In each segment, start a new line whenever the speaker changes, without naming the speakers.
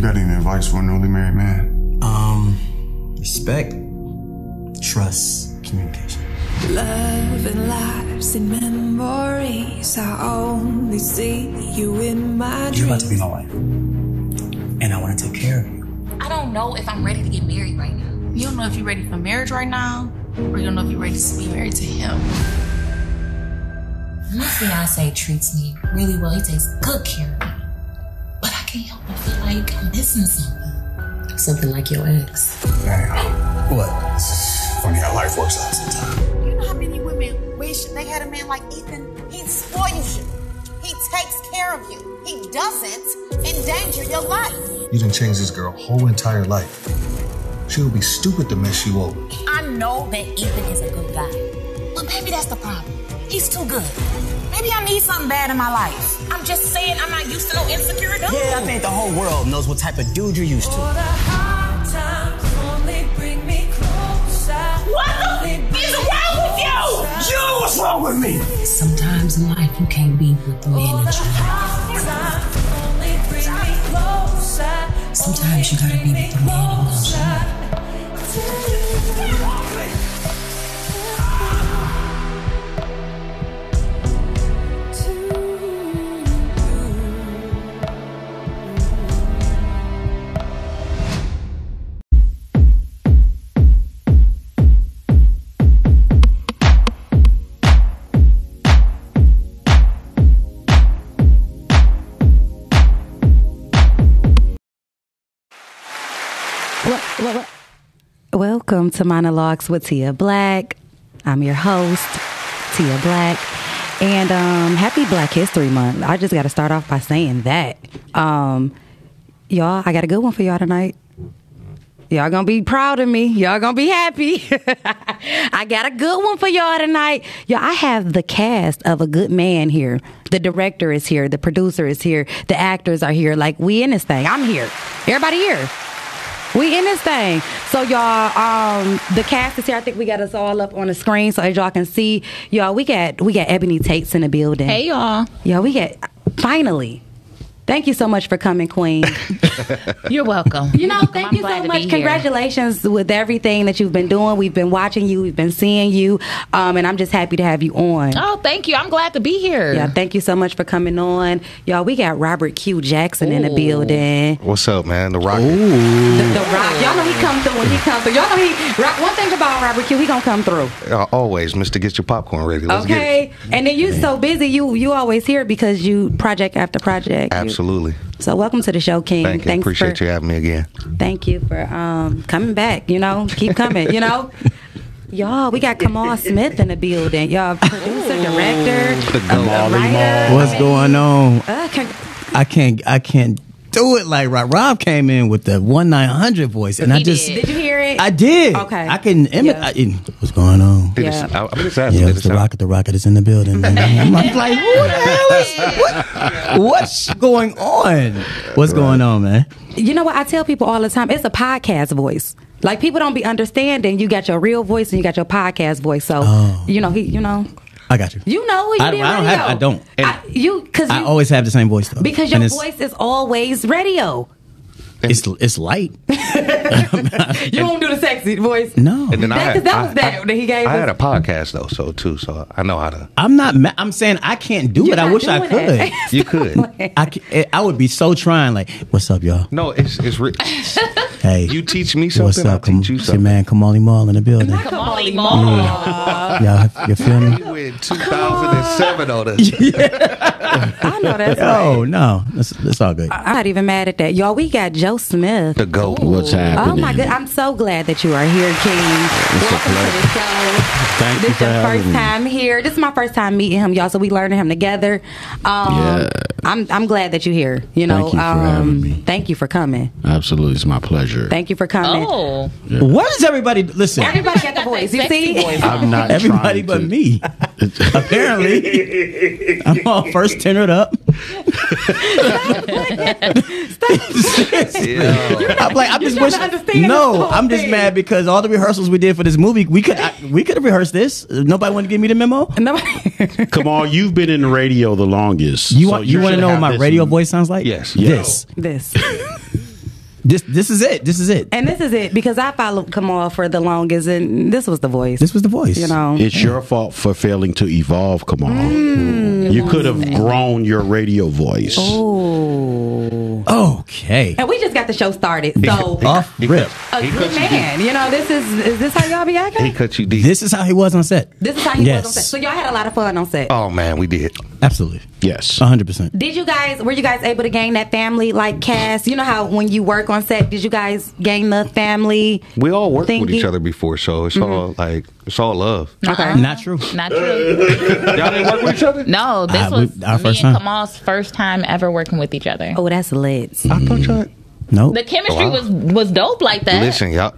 got any advice for a newly married man?
Um, respect, trust, communication.
Love and lives and memories. I only see you in my
You're about to be
dreams.
my wife, and I want to take care of you.
I don't know if I'm ready to get married right now.
You don't know if you're ready for marriage right now, or you don't know if you're ready to be married to him.
My fiance treats me really well. He takes good care of me. But I can't help but feel like I'm missing something. Something like your ex.
Damn.
What?
Funny how life works out sometimes.
You know how many women wish they had a man like Ethan? He spoils you. He takes care of you. He doesn't endanger your life.
You didn't change this girl whole entire life. She would be stupid to mess you over.
I know that Ethan is a good guy. But maybe that's the problem. He's too good. Maybe I need something bad in my life. I'm just saying I'm not used to no insecure dude.
Yeah, I think the whole world knows what type of dude you're used to.
All the hard times only bring me closer.
What the f- is wrong with you?
You, what's wrong with me?
Sometimes in life you can't be with the man that you
Hard times only bring me closer.
Sometimes you gotta be with the man you love.
Wel- wel- wel- Welcome to Monologues with Tia Black. I'm your host, Tia Black. And um, happy Black History Month. I just got to start off by saying that. Um, y'all, I got a good one for y'all tonight. Y'all gonna be proud of me. Y'all gonna be happy. I got a good one for y'all tonight. Y'all, I have the cast of a good man here. The director is here. The producer is here. The actors are here. Like we in this thing. I'm here. Everybody here. We in this thing. So y'all, um, the cast is here. I think we got us all up on the screen so as y'all can see. Y'all, we got we got Ebony Tate's in the building.
Hey, y'all.
Y'all, we got finally. Thank you so much for coming, Queen.
You're welcome.
You know, thank you so much. Congratulations with everything that you've been doing. We've been watching you, we've been seeing you, um, and I'm just happy to have you on.
Oh, thank you. I'm glad to be here.
Yeah, thank you so much for coming on. Y'all, we got Robert Q. Jackson in the
Ooh.
building.
What's up, man? The rocket.
The, the rock. Y'all know he come through when he come through. Y'all know he rock one thing about Robert Q, he gonna come through.
Uh, always, Mister. Get your popcorn ready. Let's get it.
okay. And then you so busy, you you always here because you project after project. You-
Absolutely.
So welcome to the show, King.
Thank you.
Thanks
Appreciate
for,
you having me again.
Thank you for um, coming back. You know, keep coming. You know, y'all, we got Kamal Smith in the building. Y'all, producer, director,
The
uh,
goat.
writer.
What's going on?
Uh, con-
I can't. I can't do it like Rob. Rob came in with the one nine hundred voice, and I
He
just.
did you hear it?
I did.
Okay.
I can. Imi-
Yeah.
I, it- what's going on?
Did it-
Yeah.
I- I'm excited.
Yeah,
Did
it's
it
the
sound-
rocket. The rocket is in the building. man. I'm like, who the hell is what? What's going on? What's going on, man?
You know what? I tell people all the time, it's a podcast voice. Like people don't be understanding. You got your real voice and you got your podcast voice. So
Oh.
you know, he, you know,
I got you.
you know, who you
I-
did
I don't
radio.
have- I don't.
I- you because
I always have the same voice though,
because
And
your
it's-
voice is always radio.
It's it's light.
You won't do the sexy voice.
No,
And then I
That-
had,
that
I-
was that
I-
that he gave
I had a
us.
podcast though, so too, so I know how to.
I'm not. Ma- I'm saying I can't do
You're
it. I
not
wish I
doing
could.
it.
You could.
I, ca- I would be so trying. Like, what's up, y'all?
No, it's it's. Re-
Hey,
you teach me something. I'll
Kam-
teach you
it's
something.
Your man Kamali Mall in the building.
Molly
Y'all, you feel me?
You in 2007 on us.
I know that's right.
Oh no, that's, that's all good.
I'm not even mad at that, y'all. We got Joe Smith.
The goat.
What's happening?
Oh my good! I'm so glad that you are here, King. Welcome to the show.
Thank
this
you for
is your
having
first
me.
time here. This is my first time meeting him, y'all. So we learning him together. Um,
Yeah.
I'm I'm glad that you're here. You know, um,
Thank you for having me.
thank you for coming.
Absolutely, it's my pleasure.
Thank you for coming.
Oh,
What is everybody? Listen,
Everybody got the voice. You see,
I'm not
everybody
trying
but
to-
me. Apparently, I'm all first tenored up.
Yeah.
I'm like, I'm just
trying to
wishing.
understand this
No,
whole
I'm just
thing.
mad because all the rehearsals we did for this movie, we could I, we could have rehearsed this. Nobody wanted to give me the memo.
No-
Come on, you've been in the radio the longest.
You
so
want you, want to
should
know what
have
my
this
radio
in-
voice sounds like?
Yes.
This.
this.
This this is it. This is it.
And this is it because I followed Kamal for the longest, and this was the voice.
This was the voice.
You know,
It's your fault for failing to evolve, Kamal. you could have grown your radio voice.
Oh.
Okay.
And we just got the show started, so
Off rip.
a good man. You know, this is is this how y'all be acting?
cut you deep.
This is how he was on set.
This is how he
Yes.
was on set. So y'all had a lot of fun on set.
Oh man, we did.
Absolutely.
Yes.
100%.
Did you guys were you guys able to gain that family like cast? You know how when you work on set, did you guys gain the family?
We all worked with
Thingy. Mm-hmm.
each other before, so it's all like it's all love.
Okay.
Not true.
Not true.
Y'all didn't work with each other.
No, this
Ah, we-
was
our
me
first
and
time.
Kamal's first time ever working with each other.
Oh, that's lit.
I thought y'all.
No.
The chemistry
Wow.
was was dope like that.
Mm-hmm. Listen, y'all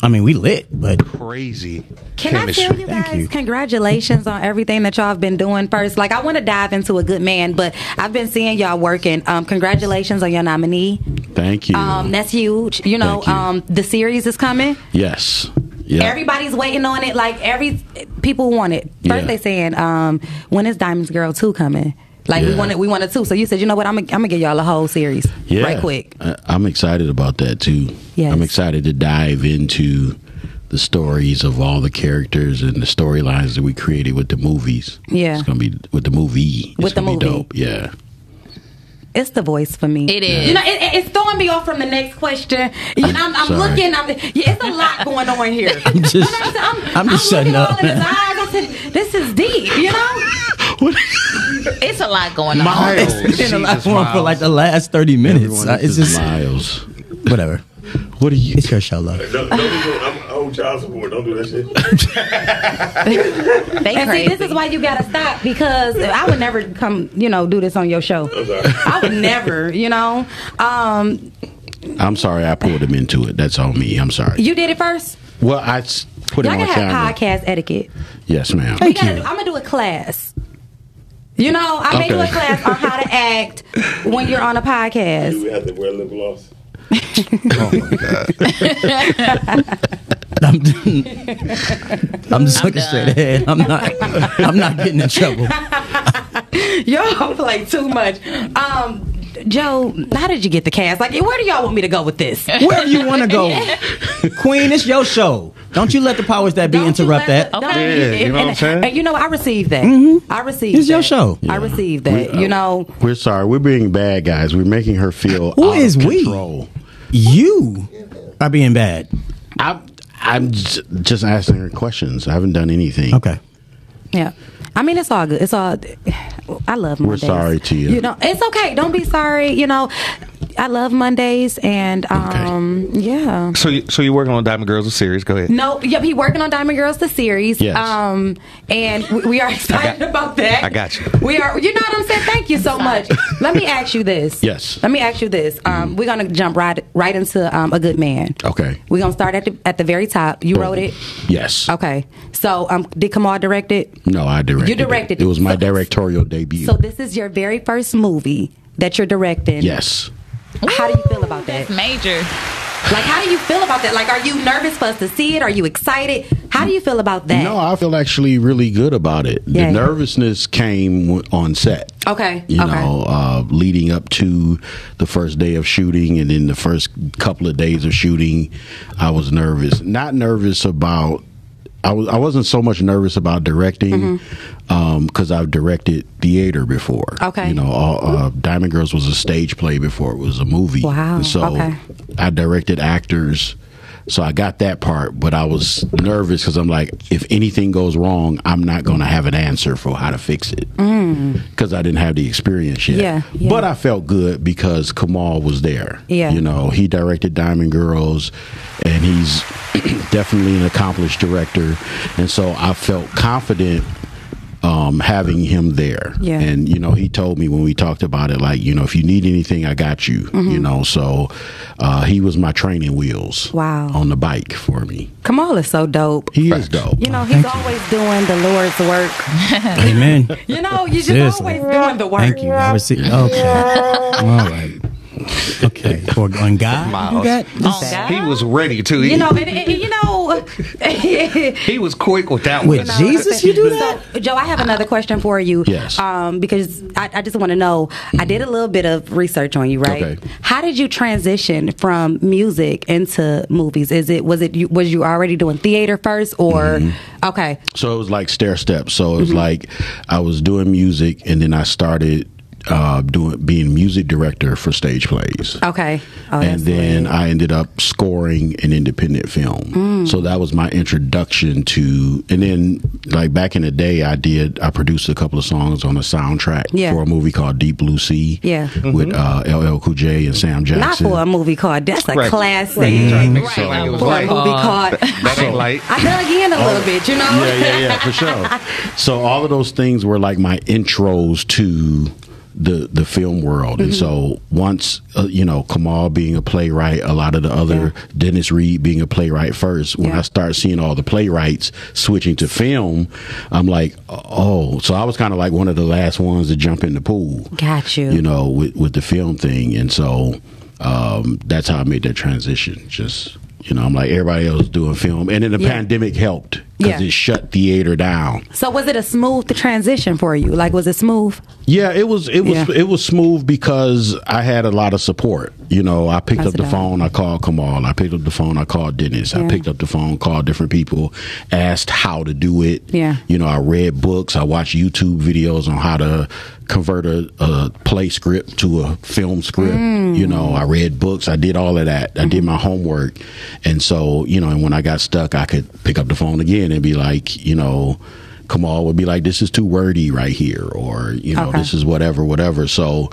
I mean, we lit, but
crazy
Can
chemistry.
I tell you
Thank
guys,
you.
congratulations on everything that y'all have been doing first. Like, I want to dive into a good man, but I've been seeing y'all working. Um, congratulations on your nominee.
Thank you.
Um, that's huge. You know,
Thank you.
Um, the series is coming.
yes. Yeah.
Everybody's waiting on it. Like every people want it. First
Yeah.
they saying, um, when is Diamonds Girl two coming? Like we
Yeah.
want it. We want it too. So you said, you know what? I'm gonna I'm gonna give y'all a whole series
yeah.
right quick.
I, I'm excited about that too.
Yes.
I'm excited to dive into the stories of all the characters and the storylines that we created with the movies.
Yeah.
It's gonna be with the movie.
With
it's
the
gonna
movie.
Be dope. Yeah.
It's the voice for me.
It is.
You know, it, it- it's throwing me off from the next question. You know, I'm, I'm
Sorry.
looking. I'm, yeah, it's a lot going on here.
I'm just,
You know what I'm, saying?
I'm just
I'm
shutting
looking
up.
All in his eyes. I said, this is deep. You know.
It's a lot going on.
Miles.
It's been a lot
Jesus,
going on for
Miles.
like the last 30 minutes.
Everyone,
Uh,
this
It's
is
just,
Miles.
whatever.
What are you?
It's your show, love.
Don't, don't be doing, I'm, I owe child support. Don't do that shit.
They
And
crazy.
see, this is why you gotta stop because I would never come, you know, do this on your show. I would never, you know. Um,
I'm sorry. I pulled him into it. That's on me. I'm sorry.
you did it first.
well, I s- put
Y'all
him on
gotta
camera.
have podcast etiquette.
Yes, ma'am.
We gotta do, I'm gonna do a class. You know, I may do a
Okay.
class on how to act when you're on a podcast.
we have to wear lip gloss?
I'm, I'm just looking straight ahead. I'm not. I'm not getting in trouble.
Y'all play too much. Um, Joe, how did you get the cast? Like, where do y'all want me to go with this?
Wherever you want to go, Queen, it's your show. Don't you let the powers that be
Don't you
interrupt
let
that.
the-
Okay.
don't-
Yeah, you know what I'm
and-
saying?
And you know, I received that. I received.
It's your
that.
show.
I
Yeah.
received that.
We- uh,
you know,
We're sorry. We're being bad guys. We're making her feel
Who
out
is
of
we?
control.
You are being bad.
I'm I'm j- just asking her questions. I haven't done anything.
Okay.
yeah. I mean, it's all good. It's all. I love
We're
Mondays.
sorry to you.
You know, it's okay. Don't be sorry. You know, I love Mondays, and um, yeah.
So, you, so you're working on Diamond Girls a series? Go ahead.
No, yep. He working on Diamond Girls the series.
Yes.
Um, and we, we are excited about that.
I got you.
We are. You know what I'm saying? Thank you so much. Let me ask you this.
Yes.
Let me ask you this. Um, we're gonna jump right right into um, a good man.
Okay.
We're gonna start at the at the very top. You wrote it.
Yes.
Okay. So um, did Kamal direct it?
No, I directed.
You directed
It, it was my
So-
directorial debut.
So this is your very first movie that you're directing.
yes.
How do you feel about that?
That's major.
Like, how do you feel about that? Like, are you nervous for us to see it? Are you excited? How do you feel about that?
No, I feel actually really good about it.
Yeah.
The nervousness came w- on set.
Okay,
You
okay.
know, uh, leading up to the first day of shooting and then the first couple of days of shooting, I was nervous. Not nervous about. I was. I wasn't so much nervous about directing because I've directed theater before.
Mm-hmm. Okay.
You know, all, uh, Diamond Girls was a stage play before it was a movie.
Wow,
And so
okay.
I directed actors. So I got that part, but I was nervous because I'm like, if anything goes wrong, I'm not going to have an answer for how to fix it because I didn't have the experience yet.
Yeah, yeah.
But I felt good because Kamal was there.
Yeah.
You know, he directed Diamond Girls and he's definitely an accomplished director. And so I felt confident um, having him there.
Yeah.
And, you know, he told me when we talked about it, like, you know, if you need anything, I got you.
Mm-hmm.
You know, so uh, he was my training wheels.
Wow.
On the bike for me.
Kamal is so dope.
He is dope.
You know, he's always doing the Lord's work.
Amen.
You know, you're just
Seriously.
always doing the work.
Thank you. I receive. Okay. All right. Okay. For on God, you
Miles.
got this-
Oh, God.
He was ready too.
You
He-
know, and, and- and, you know, So
He was quick with that
With
one.
Jesus, you do that? Joe, I have another question for you.
Yes.
Um, because I, I just want to know. I did a little bit of research on you, right?
Okay.
How did you transition from music into movies? Is it was it you, was you already doing theater first, or
Mm-hmm.
okay?
So it was like stair steps. So it was
Mhm.
like I was doing music, and then I started uh, doing being music director for stage plays.
Okay. Oh,
and
that's
then I ended up scoring an independent film.
Mm.
So that was my introduction to. And then, like back in the day, I did I produced a couple of songs on a soundtrack
Yeah.
for a movie called Deep Blue Sea.
Yeah.
with uh, LL Cool J and Sam
not
Jackson.
for a movie card. That's a
Right.
classic.
Right. You try to make it
Right.
sound like it was
For a
light.
movie
Uh,
card.
that ain't light.
I dug in a little bit, you know.
Uh, Yeah, yeah, yeah, for sure. so all of those things were like my intros to the the film world, and so once uh, you know Kamal being a playwright, a lot of the other Dennis Reed being a playwright first. When I start seeing all the playwrights switching to film, I'm like, oh, so I was kind of like one of the last ones to jump in the pool.
Got you.
You know, with with the film thing, and so um, that's how I made that transition. Just you know, I'm like everybody else doing film, and then the
Yeah.
pandemic helped because
Yeah.
it shut theater down.
So was it a smooth transition for you? Like, was it smooth?
Yeah, it was it was
Yeah.
it was smooth because I had a lot of support. You know, I picked
That's
up the
about it.
phone, I called Kamal, I picked up the phone, I called Dennis, I
Yeah.
picked up the phone, called different people, asked how to do it.
Yeah.
You know, I read books, I watched YouTube videos on how to convert a, a play script to a film script.
Mm.
You know, I read books, I did all of that. I
Mm-hmm.
did my homework. And so, you know, and when I got stuck, I could pick up the phone again and be like, you know, Kamal would be like, this is too wordy right here, or, you know,
Okay.
this is whatever, whatever. So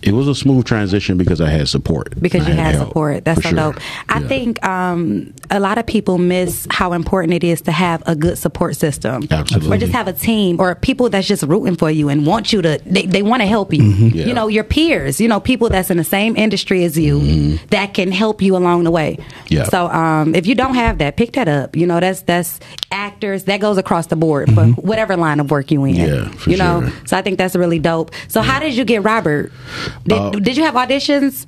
it was a smooth transition because I had support.
because
I
you had
help,
support. That's so
for sure.
dope. I
Yeah.
think um, a lot of people miss how important it is to have a good support system,
Absolutely.
or just have a team or people that's just rooting for you and want you to. They, they want to help you.
Mhm. Yeah.
You know your peers. You know people that's in the same industry as you that can help you along the way.
Mm-hmm. Yeah.
So um, if you don't have that, pick that up. You know that's that's actors that goes across the board for whatever line of work you in.
Mm-hmm. Yeah, for
you know.
sure.
So I think that's really dope. So how did you get Robert? Did,
Uh,
did you have auditions?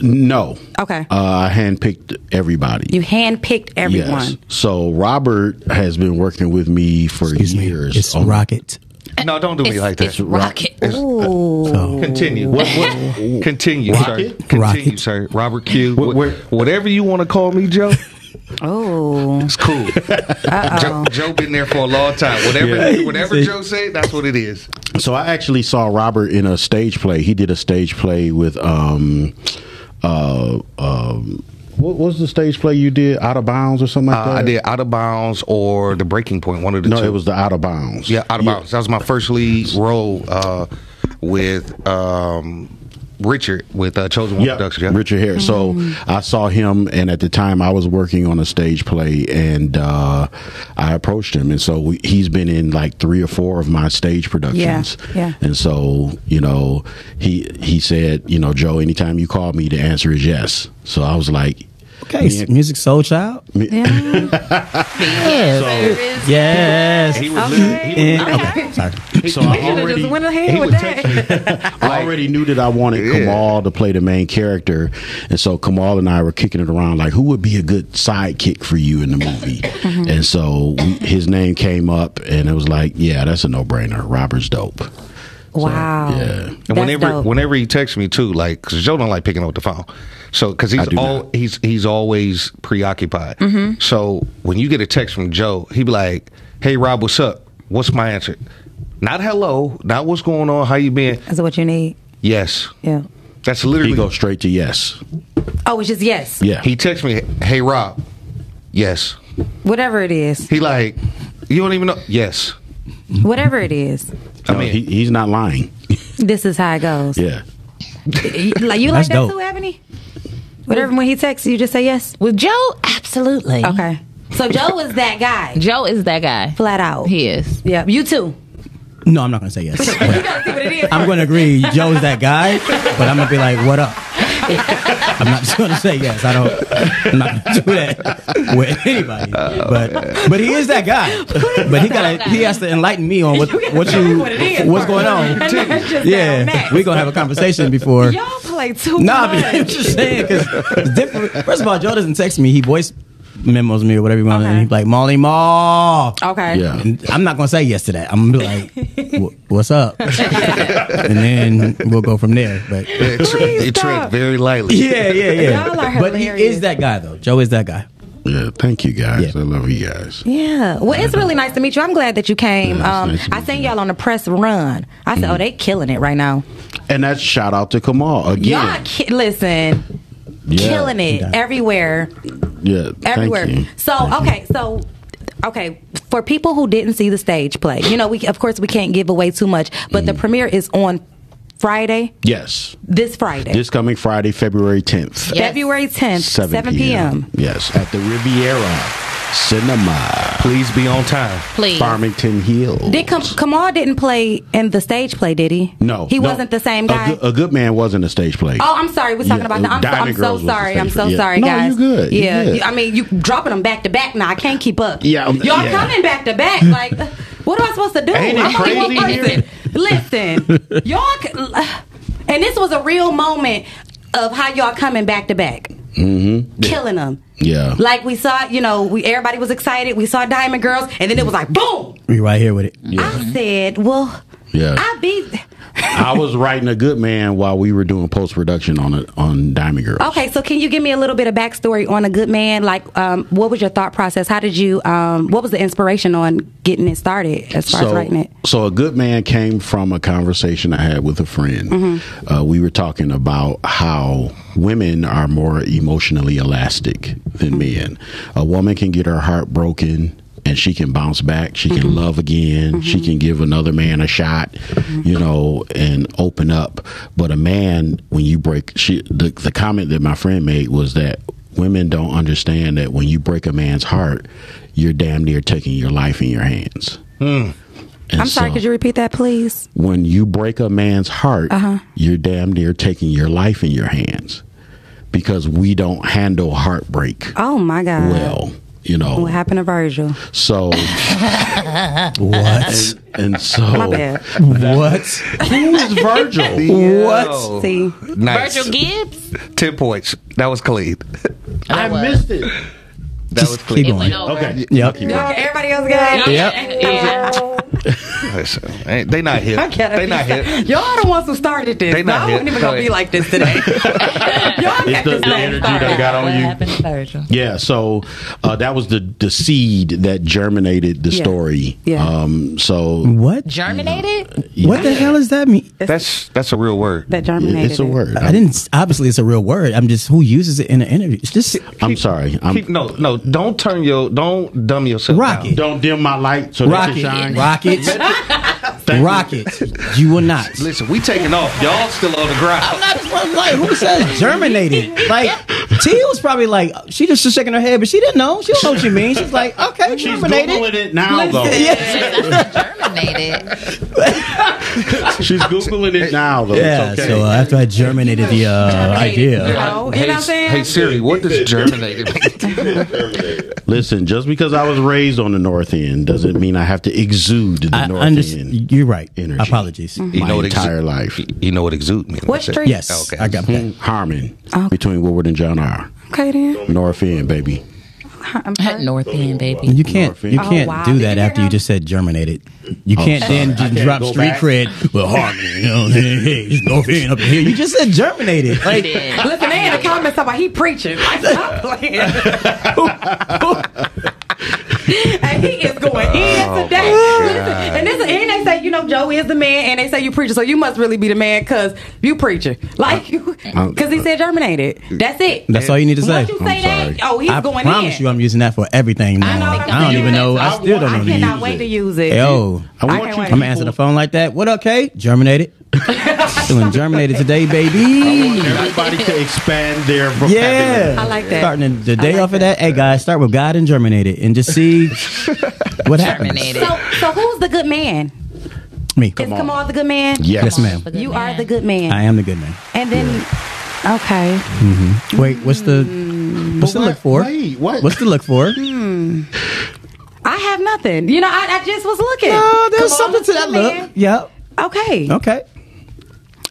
No.
Okay.
Uh, I handpicked everybody.
You handpicked everyone.
Yes. So Robert has been working with me for years. It's
Rocket.
No, don't do me like that. Continue. What, what, continue,
Rocket?
sir. Continue, sir. Robert Q. Wh- whatever you want to call me, Joe.
Oh,
it's cool. Joe, Joe been there for a long time. Whatever,
Yeah.
whatever Joe said, that's what it is.
So I actually saw Robert in a stage play. He did a stage play with um uh um what was the stage play you did? Out of bounds or something like
Uh,
that?
I did Out of Bounds or The Breaking Point, one of the
No,
two.
it was the Out of Bounds.
Yeah, Out of Bounds. That was my first lead role uh, with um, Richard, with uh, Chosen One
Yeah,
Productions. yeah.
Richard Harris. So
Mm-hmm.
I saw him, and at the time I was working on a stage play, and uh, I approached him, and so we, he's been in like three or four of my stage productions.
yeah.
And so you know, he he said, you know, Joe, anytime you call me, the answer is yes. So I was like,
Okay, s- music soul child. Yeah.
So-
yes.
He was Okay. li- he was-
And- Sorry.
So I already, he would text me. I already knew that I wanted Kamal to play the main character, and so Kamal and I were kicking it around like, who would be a good sidekick for you in the movie?
Mm-hmm.
And so we, his name came up, and it was like, yeah, that's a no brainer. Robert's dope.
Wow.
Yeah,
And whenever whenever he texts me too, like because Joe don't like picking up the phone, so because he's all he's he's always preoccupied.
Mhm.
So when you get a text from Joe, he be like, "Hey Rob, what's up? What's my answer? Not hello, not what's going on, how you been?
That's what you need.
Yes,
Yeah.
that's literally
he goes straight to yes.
Oh, it's just yes.
Yeah,
he texts me, "Hey Rob, yes."
Whatever it is.
He like, you don't even know, yes.
Whatever it is.
I mean, he, he's not lying.
This is how it goes.
Yeah.
You- Like you like
That's
that
dope.
too, Ebony? Whatever when he texts you just say yes.
With Joe, absolutely.
Okay. So Joe is that guy.
Joe is that guy.
Flat out.
He is.
Yeah. You too.
No, I'm not gonna say yes. I'm gonna agree. Joe's that guy, but I'm gonna be like, "What up?" I'm not just gonna say yes. I don't. I'm not gonna do that with anybody. but but he Oh, is that guy. But he gotta he has to enlighten me on what what you
what it is
what's
first.
going on.
And then it's just down
Yeah,
next.
we gonna have a conversation before.
Y'all play too
Nah,
much.
but I'm just saying because it's different. First of all, Joe doesn't text me. He voice memos me or whatever you want. And he'd be like, Molly Mall.
Okay. Yeah.
And I'm not going to say yes to that. I'm going to be like, "Wha- what's up? and then we'll go from there. But
It, tre- it tread very lightly.
Yeah, yeah, yeah. but he is that guy, though. Joe is that guy.
Yeah, thank you guys. I love you guys.
Yeah. Well, it's really nice to meet you. I'm glad that you came. Um, I seen y'all on the press run. I
Mm-hmm.
said, oh, they killing it right now.
And that's shout out to Kamal
Y'all,
again.
ki- listen,
Yeah.
killing it everywhere,
Yeah, thank
everywhere.
you.
So, okay, so. Okay, for people who didn't see the stage play, you know, we of course we can't give away too much, but
Mm-hmm.
the premiere is on Friday,
Yes.
this Friday,
This coming Friday, February 10th.
February 10th, 7, p.m.
Yes, at the Riviera Cinema.
Please be on time.
Please.
Farmington Hill.
Did Kam- Kamal didn't play in the stage play, did he?
No.
He
no.
wasn't the same
A
guy.
good- A, good man wasn't a stage play.
Oh, I'm sorry. We're talking
Yeah,
about that. I'm, so,
Diamond
I'm so
Girls was the
sorry. I'm so
favorite, yeah.
sorry,
No,
guys.
you good, you
Yeah.
good.
you- I mean, you dropping them back to back now. I can't keep up.
Yeah, I'm-
Y'all
yeah.
coming back to back. Like, what am I supposed to do?
Ain't it
I'm only one
crazy here?
person. Listen, y'all. c- uh, And this was a real moment of how y'all coming back to back,
Mm-hmm.
killing them.
Yeah.
Like we saw, you know, we everybody was excited. We saw Diamond Girls, and then it was like boom.
We right here with it.
I said, well,
Yeah.
I beat.
I was writing a good man while we were doing post production on it on Diamond Girl.
Okay, so can you give me a little bit of backstory on a good man? Like, um, what was your thought process? How did you? Um, what was the inspiration on getting it started as far as writing it?
so a good man came from a conversation I had with a friend.
Mm-hmm.
Uh, we were talking about how women are more emotionally elastic
Mm-hmm.
than men. A woman can get her heart broken and she can bounce back. She
Mm-hmm.
can love again. She can give another man a shot,
Mm-hmm.
you know, and open up. But a man, when you break, she, the, the comment that my friend made was that women don't understand that when you break a man's heart, you're damn near taking your life in your hands. And
I'm sorry,
so-
could you repeat that, please?
when you break a man's heart,
Uh-huh.
you're damn near taking your life in your hands because we don't handle heartbreak
Oh my God!
well, you know.
what happened to Virgil?
So
what?
And, and so
My bad.
what?
Who is Virgil?
Yo.
See,
Nice.
Virgil Gibbs?
Ten points. That was clean.
I missed it.
That was clean.
It went over.
Okay.
Yep.
everybody else got it.
Yep. Yeah.
Listen, ain't- they not hip.
I gotta
They
be
not
sorry.
hip.
Y'all are the ones who started this.
They
so
not
I
hip.
wasn't even
Go
gonna be
ahead.
like this today. Y'all
It's
got
the,
this
the
thing
energy that
started.
got on you.
to Virgil?
Yeah, so uh, that was the, the seed that germinated the
Yeah.
story.
Yeah.
Um, so
What?
Germinated?
What the hell does that mean?
That's that's a real word.
That germinated.
it's a
it.
word.
I didn't. Obviously, it's a real word. I'm just who uses it in an interview. It's just
I'm sorry. I'm,
Keep, no, no, don't turn your, don't dumb yourself.
Rock
down.
it.
Don't dim my light so
rock
they
it,
can shine.
rock it, rock it. You will not.
Listen, we taking off. Y'all still on the
I'm
ground.
not like who says germinated. Like T was probably like she just was shaking her head, but she didn't know. She don't know what you mean. She's like, okay,
She's googling
germinated.
it now, though.
Germinated.
She's googling it now, though.
Yeah.
it's okay.
So uh, after I germinated the uh, idea,
No, you know what I'm saying?
hey Siri, what does germinated mean?
Listen, just because I was raised on the North End doesn't mean I have to exude the
I
North End.
understand. You're right.
Energy.
Apologies.
My
know what exu-
entire life.
you know what exude means.
What
That's it.
street?
Yes,
Okay.
I got that.
Harmon between Woodward and John R.
Okay then.
North End, baby.
I'm sorry.
North
Oh,
End, baby.
You can't. You
Oh,
can't
wow.
do
Did you
that
hear
after you
him?
just said germinated. You can't
Oh, sorry.
then
I
just
can't
drop
go
street
back.
cred. Well, Harmony, you know, hey, hey, it's North End up in here. You just said germinated. Like,
Listen, they in the comments talking about he preaching. Like, stop playing. and he is going in today. Listen, and this, and they say, you know, Joe is the man, and they say you preaching, so you must really be the man because you preaching. Like, because he said germinated. That's it.
that's all you need to say.
Once you say that, oh, he's
I
going
promise
in.
you, I'm using that for everything now. I,
know, I'm
don't
thinking
even
that.
know. I
I
still don't
I
know. the
cannot
use
wait
it.
to use it.
Yo,
I
I
want
can't
you
wait.
I'm answering the phone like that. What up, Kay? Germinated. Feeling germinated today, baby.
Everybody to expand their vocabulary.
Yeah,
I like that.
Starting the, the
I
day
like
off of that. Hey guys, start with God and germinated, and just see what happens.
Germinated.
So, so who's the good man?
Me,
is Kamal the good man?
Yes,
Yes.
ma'am.
You are the good man.
I am the good man.
And then, okay.
Wait, what's the what's the
But
look for?
Mm. Wait, what?
What's the look for?
I have nothing. You know, I, I just was looking.
No, Oh, there's
Come
something
on,
to
let's
that
see,
look.
man.
Yep.
Okay.
Okay.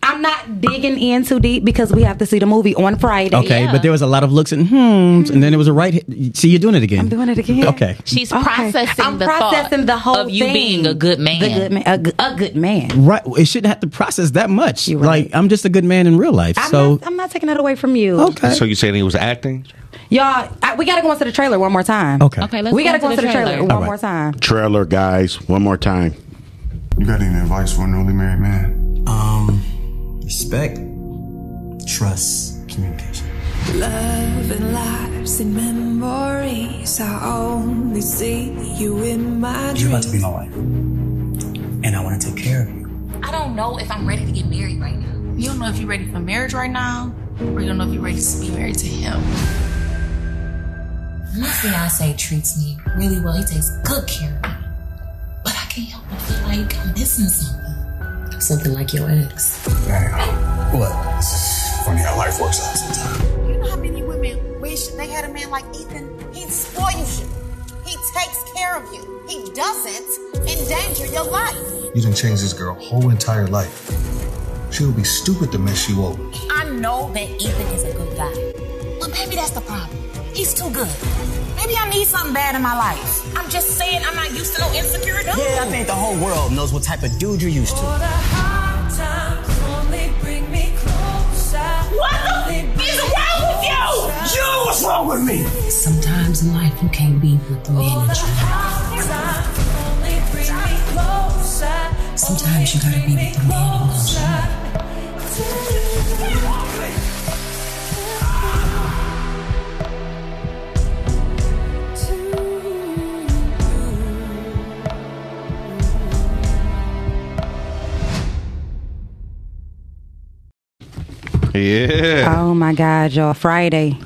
I'm not digging in too deep because we have to see the movie on Friday.
Okay, but there was a lot of looks and hmms, and then it was a right. hit. See, you're doing it again. I'm
doing it again.
Okay.
She's processing
I'm
the
processing
thought
the whole
of you
thing.
being a good man.
The good man, a, g- a good man.
Right. It shouldn't have to process that much. Like I'm just a good man in real life.
I'm
so
not, I'm not taking that away from you.
So you saying he was acting?
y'all, I, we gotta go into the trailer one more time.
Okay.
Okay, let's
we
go
gotta
into
go into
the
the trailer,
trailer.
one
All right.
more time.
Trailer, guys, one more time.
You got any advice for a newly married man?
Um, respect, trust, communication.
Love and lives and memories. I only see you in my
You're about to
dreams.
be my wife, and I want to take care of you.
I don't know if I'm ready to get married right now. You don't know if you're ready for marriage right now, or you don't know if you're ready to be married to him.
My fiance treats me really well. He takes good care of me. But I can't help but feel like I'm missing something. Something like your ex.
Damn.
What? Funny how life works out sometimes.
You know how many women wish they had a man like Ethan? He spoils you. He takes care of you. He doesn't endanger your life.
You done changed this girl whole entire life. She would be stupid to mess you over.
I know that Ethan is a good guy.
But maybe that's the problem.
He's too good. Maybe I need something bad in my life. I'm just saying I'm not used to no insecure dude.
Yeah, I think the whole world knows what type of dude you're used to.
What the f- is wrong with you?
You, what's wrong with me?
Sometimes in life you can't be with the man that you Sometimes you gotta be with the man who loves
Yeah.
Oh my God, y'all! Friday,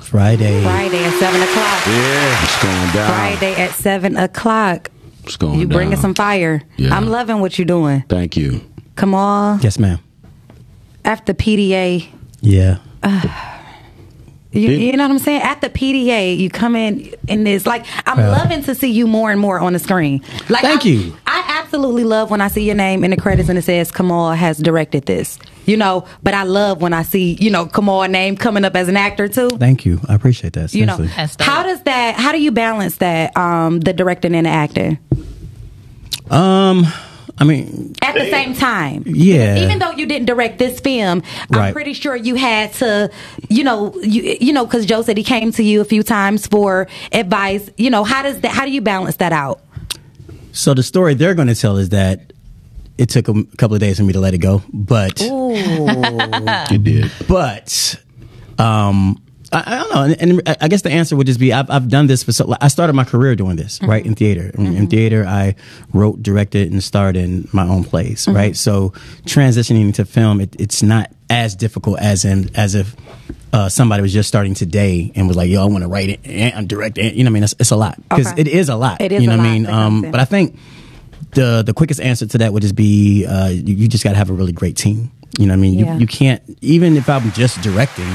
Friday.
Friday at seven o'clock.
Yeah. It's going down.
Friday at seven o'clock.
It's going
You bringing
down.
some fire.
Yeah.
I'm loving what you're doing.
Thank you.
Come on,
Yes, ma'am.
after PDA,
Yeah.
Uh, You,
Did-
you know what I'm saying? At the PDA, you come in in this like I'm
Yeah.
loving to see you more and more on the screen. Like
Thank
I,
you.
I absolutely love when I see your name in the credits and it says Kamal has directed this. You know, but I love when I see you know Kamal name coming up as an actor too.
Thank you. I appreciate that.
You know,
Seriously.
how does that? How do you balance that? Um, the directing and the acting
Um, I mean,
at the same time.
Yeah.
Even though you didn't direct this film, I'm
Right.
pretty sure you had to, you know, you, you know, because Joe said he came to you a few times for advice. You know, how does that? How do you balance that out?
so the story they're going to tell is that it took a m- couple of days for me to let it go, but
you did.
But um, I, I don't know, and, and I- I guess the answer would just be I've, I've done this for so. like, I started my career doing this
Mm-hmm.
right in theater. In, in theater, I wrote, directed, and starred in my own plays.
Mm-hmm.
Right, so transitioning into film, it, it's not as difficult as in as if. Uh, somebody was just starting today and was like, "Yo, I want to write it and and direct it." You know, what I mean, it's, it's a lot because
Okay.
it is a lot.
It is
You know,
a
what
lot
I mean,
that comes in.
um, but I think the the quickest answer to that would just be uh, you, you just got to have a really great team. You know what I mean?
Yeah.
You, you can't even if I'm just directing,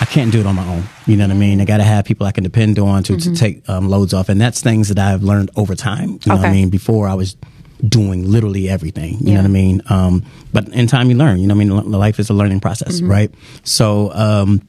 I can't do it on my own. You know what I mean? I got to have people I can depend on to,
Mm-hmm.
to take um, loads off, and that's things that I've learned over time. You know what
Okay.
I mean? Before I was doing literally everything. You
Yeah.
know what I mean? Um, but in time you learn. You know what I mean? L- Life is a learning process,
Mhm.
right? So. Um,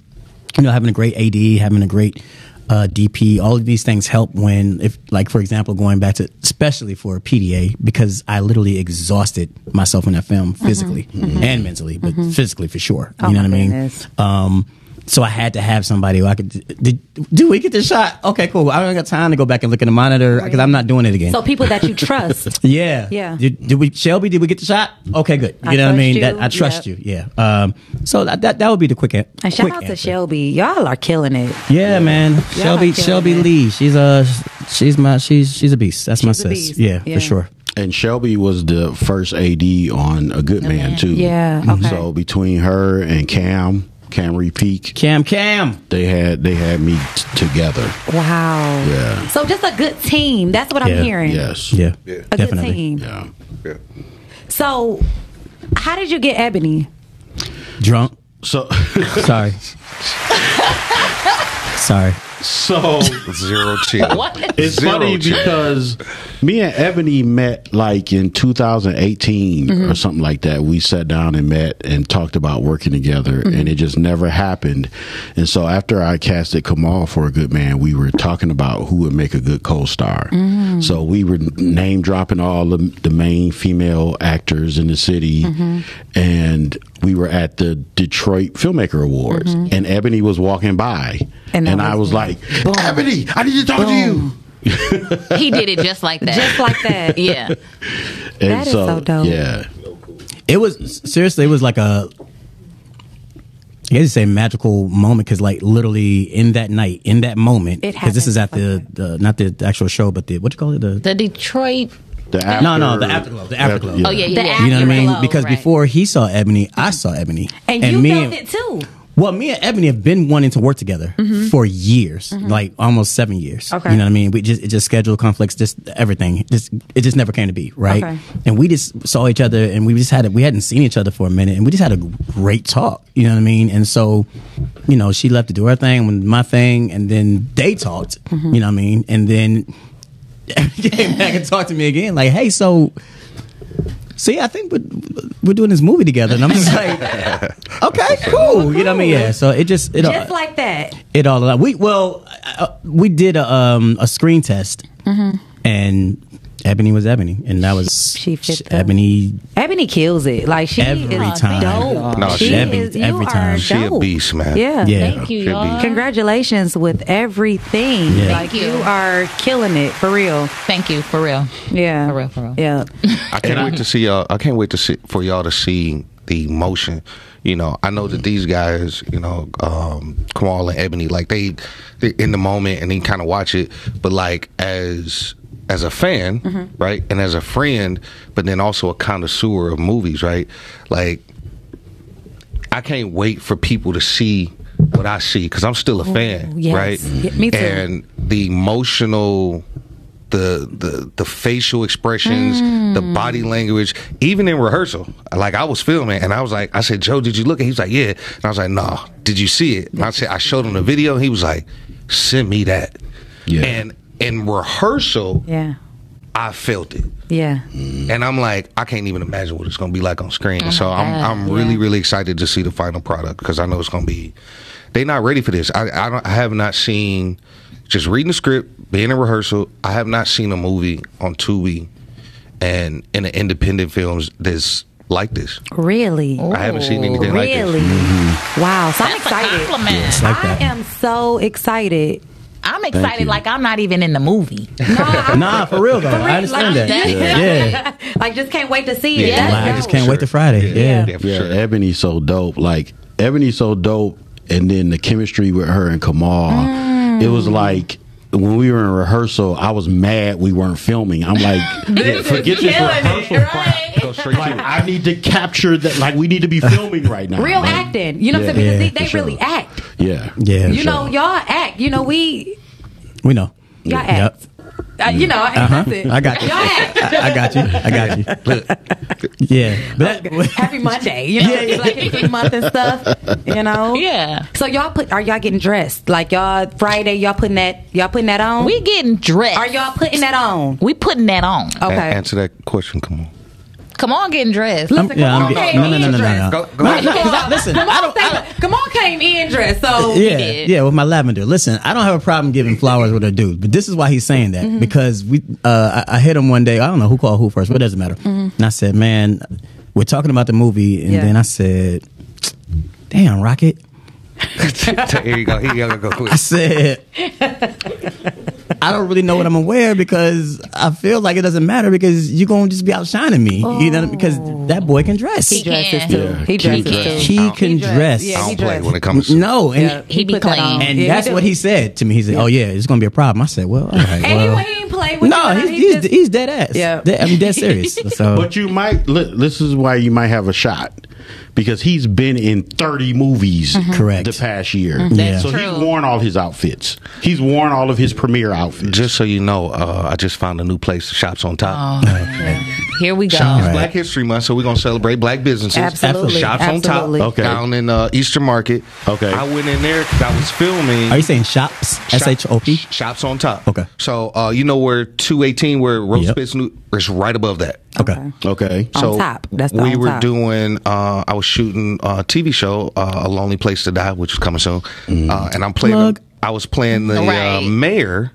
you know, having a great AD, having a great uh, DP, all of these things help when, if like for example, going back to especially for PDA because I literally exhausted myself in that film physically and mentally, but physically for sure.
Mm-hmm. Oh,
you know
my
what I mean?
goodness.
Um, so I had to have somebody who I could. Did, do we get this shot? Okay, cool. I don't got time to go back and look at the monitor because I'm not doing it again.
So people that you trust.
Yeah.
Yeah.
Did, did we, Shelby? Did we get the shot? Okay, good. You
I
know what I
trust
mean?
you.
That I trust
Yep.
you. Yeah. Um. So that that, that would be the quick. an-
And shout
quick
out to
answer.
Shelby, y'all are killing it.
Yeah, man. Shelby
are killing
Shelby
it.
Lee. She's a she's my she's she's a beast. That's my
She's a
sis.
beast.
Yeah,
Yeah.
for sure.
And Shelby was the first AD on A Good Man, too.
Yeah, okay.
So between her and Cam, Cam Repeat,
Cam Cam,
they had they had me t- together.
Wow.
Yeah.
So just a good team. That's what
Yeah,
I'm hearing.
Yes.
Yeah.
Yeah.
A
Definitely.
good team.
Yeah.
So, how did you get Ebony?
Drunk.
So
sorry. sorry.
So
zero chill.
It's
Zero
funny
chill.
because me and Ebony met like in 2018
Mhm.
or something like that. We sat down and met and talked about working together,
Mhm.
and it just never happened. And so after I casted Kamal for a good man, we were talking about who would make a good co-star.
Mhm.
So we were name dropping all the, the main female actors in the city, and we were at the Detroit Filmmaker Awards,
Mhm.
and Ebony was walking by, Mm-hmm. and, I was like, Ebony, I need to talk to you.
He did it just like that. Just
like that.
yeah.
And
That is so
dope.
Yeah.
It was seriously. It was like a. I guess you say magical moment because, like, literally in that night, in that moment,
It
because this is at the, the not the actual show, but the what you call it the
The Detroit.
no no the afterglow the afterglow
Oh, yeah, yeah, yeah.
you know what I mean
Afterglow,
because
right.
before he saw Ebony I saw Ebony
And you
me
felt
and-
it too.
Well, me and Ebony have been wanting to work together
Mhm.
for years,
Mhm.
like almost seven years.
Okay.
You know what I mean? We just it just schedule conflicts, just everything. Just it just never came to be, right?
Okay.
And we just saw each other, and we just had we hadn't seen each other for a minute, and we just had a great talk. You know what I mean? And so, you know, she left to do her thing, when my thing, and then they talked.
Mm-hmm.
You know what I mean? And then Ebony came back and talked to me again, like, "Hey, so." See, I think we're, we're doing this movie together, and I'm just like, okay, cool. You know what I mean? Yeah. So it just it
Just
all,
like that.
it all allowed. We well, uh, we did a, um, a screen test,
Mm-hmm.
and Ebony was Ebony, and that was she fit Ebony
Ebony kills it. Like she
every
is
time.
dope.
No, she, Ebony
is, you
every
are
time.
She a
dope.
beast, man.
Yeah.
Yeah. Thank you,
She a
y'all.
beast. Congratulations with everything.
Yeah.
Like
Thank you.
you. are killing it for real.
Thank you for real.
Yeah.
For real. For real.
Yeah.
I can't wait to see y'all. I can't wait to see for y'all to see the emotion. You know, I know that
Mm.
these guys, you know, um, Kamal and Ebony, like they, they in the moment and they kind of watch it, but like as as a fan,
Mm-hmm.
right, and as a friend, but then also a connoisseur of movies, right? Like I can't wait for people to see what I see because I'm still a fan,
yes.
right?
Yeah, me too.
And the emotional, the the the facial expressions, the body language, even in rehearsal. Like I was filming, and I was like, I said, Joe, did you look? And he was like, Yeah. And I was like, Nah. Did you see it? And I said, I showed him the video. and He was like, Send me that. Yeah. And in rehearsal,
Yeah.
I felt it
Yeah.
and I'm like, I can't even imagine what it's gonna be like on screen.
Oh my
so I'm
God,
I'm really really excited to see the final product because I know it's gonna be. They're not ready for this. I I, don't, I have not seen just reading the script, being in rehearsal. I have not seen a movie on Tubi and in the independent films that's like this.
Really?
I haven't seen anything like this.
Oh, Really? Wow. So I'm excited.
like
I
that.
am so excited.
I'm
Thank excited you.
like I'm not even in the movie.
nah, for real though.
For real,
I understand
like
that.
that.
Yeah.
like just can't wait to see it.
Like, I just can't wait to Friday. Yeah.
Yeah, Ebony's so dope. Like Ebony's so dope, and then the chemistry with her and Kamal, it was like. When we were in rehearsal, I was mad we weren't filming. I'm like,
This is
forget this
killing
rehearsal crap. Like, I need to capture that. Like, we need to be filming right now.
Real
Like,
acting. You know what I'm
Yeah,
saying?
yeah,
Because they, they
for sure.
really act.
Yeah. Yeah.
you know, y'all act. You know, we
We know.
y'all act. Uh, you know,
Uh-huh.
that's it.
I got you.
Y'all act.
I, I got you. I got you. Yeah. But that,
Happy Monday. You know, it's like every month and stuff. You know.
Yeah.
So y'all put are y'all getting dressed? Like y'all Friday, y'all putting that y'all putting that on?
We getting dressed.
Are y'all putting that on?
We putting that on.
Oh.
A- answer that question. Come on.
Come on, getting dressed.
I'm- Listen, yeah, come I'm on, get-
no, no, no, no, no.
Go-
No, no, 'cause I- listen,
Come on, came in dressed. So
yeah, yeah, with my lavender. Listen, I don't have a problem giving flowers with a dude, but this is why he's saying that
Mhm.
because we, uh, I, I hit him one day. I don't know who called who first, but it doesn't matter.
Mhm.
And I said, man, we're talking about the movie, and
Yeah.
then I said, damn, Rocket.
Here you go. Here you go. Quick.
I said, I don't really know what I'm gonna wear because I feel like it doesn't matter because you're gonna just be outshining me, you know, because that boy can dress.
He He dresses can. too. Yeah, He dresses too.
He
I don't-
can
He dress.
dress.
Yeah, he I don't play dresses.
when it comes
to no, and
Yeah, he He be put that clean. on.
and
Yeah, he
that's
do.
what he said to me. He said, "Oh yeah, it's gonna be a problem." I said, "Well, all right, well."
he ain't play
with No, you, he's- he's- he's dead ass.
Yeah.
Dead- I mean, dead serious.
Uh,
So-
But you might. Li- this is why you might have a shot because he's been in thirty movies,
Mm-hmm.
Mhm.
correct?
The past year,
Mhm. That's
so he's
true.
worn all his outfits. He's worn all of his premiere outfits.
Oh,
Just so you know, uh, I just found a new place. Shops on top.
Here we go.
It's Black History Month, so we're gonna celebrate black businesses.
Absolutely.
Shops
Absolutely.
on top.
Okay.
Down in uh, Eastern Market. Okay. I went in there because I was filming.
Are you saying shops? S H O P?
Shops on top. Okay. So uh, you know where 218, where Roast Pits New, is right above that.
Okay.
Okay.
On
So
top. That's the
we
on
were
top.
doing. Uh, I was shooting a TV show, uh, A Lonely Place to Die, which is coming soon, uh, and I'm playing.
Plug.
I was playing the uh,
Right.
mayor.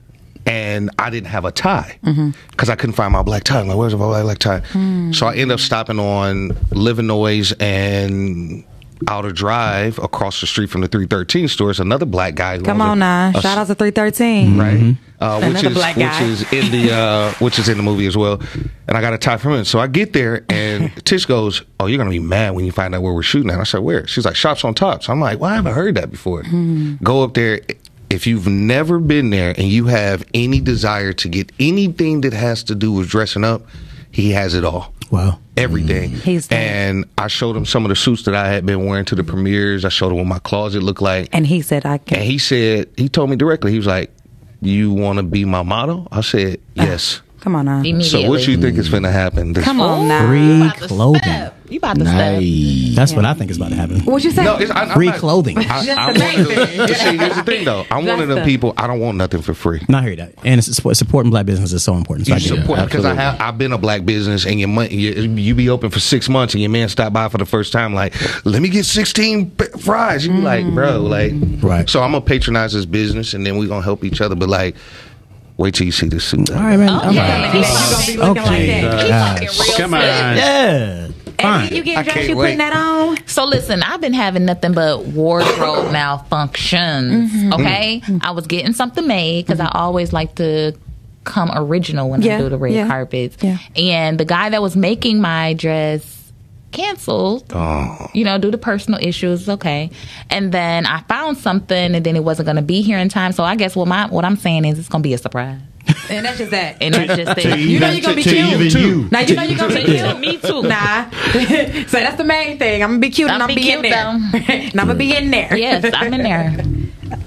And I didn't have a tie because
Mm-hmm.
Mhm.
I couldn't find my black tie. I'm like, where's my black, black tie?
Hmm.
So I end up stopping on Living Noise and Outer Drive across the street from the 313 store. It's another black guy. who
Come
owns a-
on now.
a
Shout out to 313.
right? Uh, which
Another
is
black guy.
which is in the uh, which is in the movie as well. And I got a tie from him. So I get there and Tish goes, "Oh, you're gonna be mad when you find out where we're shooting at." I said, "Where?" She's like, "Shops on Top." So I'm like, "Well, I haven't heard that before."
Hmm.
Go up there. If you've never been there and you have any desire to get anything that has to do with dressing up, he has it all.
Wow.
Everything. and I showed him some of the suits that I had been wearing to the premieres. I showed him what my closet looked like.
And he said, I can.
And he said, he told me directly, he was like, You want to be my model? I said, Yes.
Come on now.
So what you think is going to happen? This
Ah, Come on now.
Free clothing.
You about
to step.
That's what I think is about to happen.
What you say?
No, it's- I- I'm
free
not-
clothing.
I, I wanted to, see, here's the thing though. I'm one of them
Justin.
people. I don't want nothing for free.
Not hear that. And it's support, supporting black business is so important. So
You
I get it.
support because I have I've been a black business and your money you, you be open for six months and your man stop by for the first time like let me get sixteen p- fries you be like
Mm.
bro like right so I'm gonna patronize this business and then we gonna help each other but like wait till you see this suit
All right, man. All
Okay.
right.
You gonna be looking
Okay,
like that.
gosh.
You looking real Come serious. on.
Yeah. Fine.
Every- you
I
get dressed,
can't
you
wait.
putting that on. So listen, I've been having nothing but wardrobe malfunctions.
Mhm.
Okay, I was getting something made because I always like to come original when
Mm-hmm. Yeah,
I do the red
yeah,
carpets. And the guy that was making my dress canceled.
Oh.
You know, due to personal issues, okay. And then I found something, and then it wasn't going to be here in time. So I guess what my what I'm saying is it's going to be a surprise.
And that's just that.
And that's just
To
it.
You know even- you're gonna be to cute. even you. Now, you know you're gonna be
To-
cute.
Me too.
Nah. so that's the main thing. I'm gonna be cute and I'm
I'ma
gonna
be
be, in
cute,
there. and I'm gonna be in there.
Yes, I'm in there.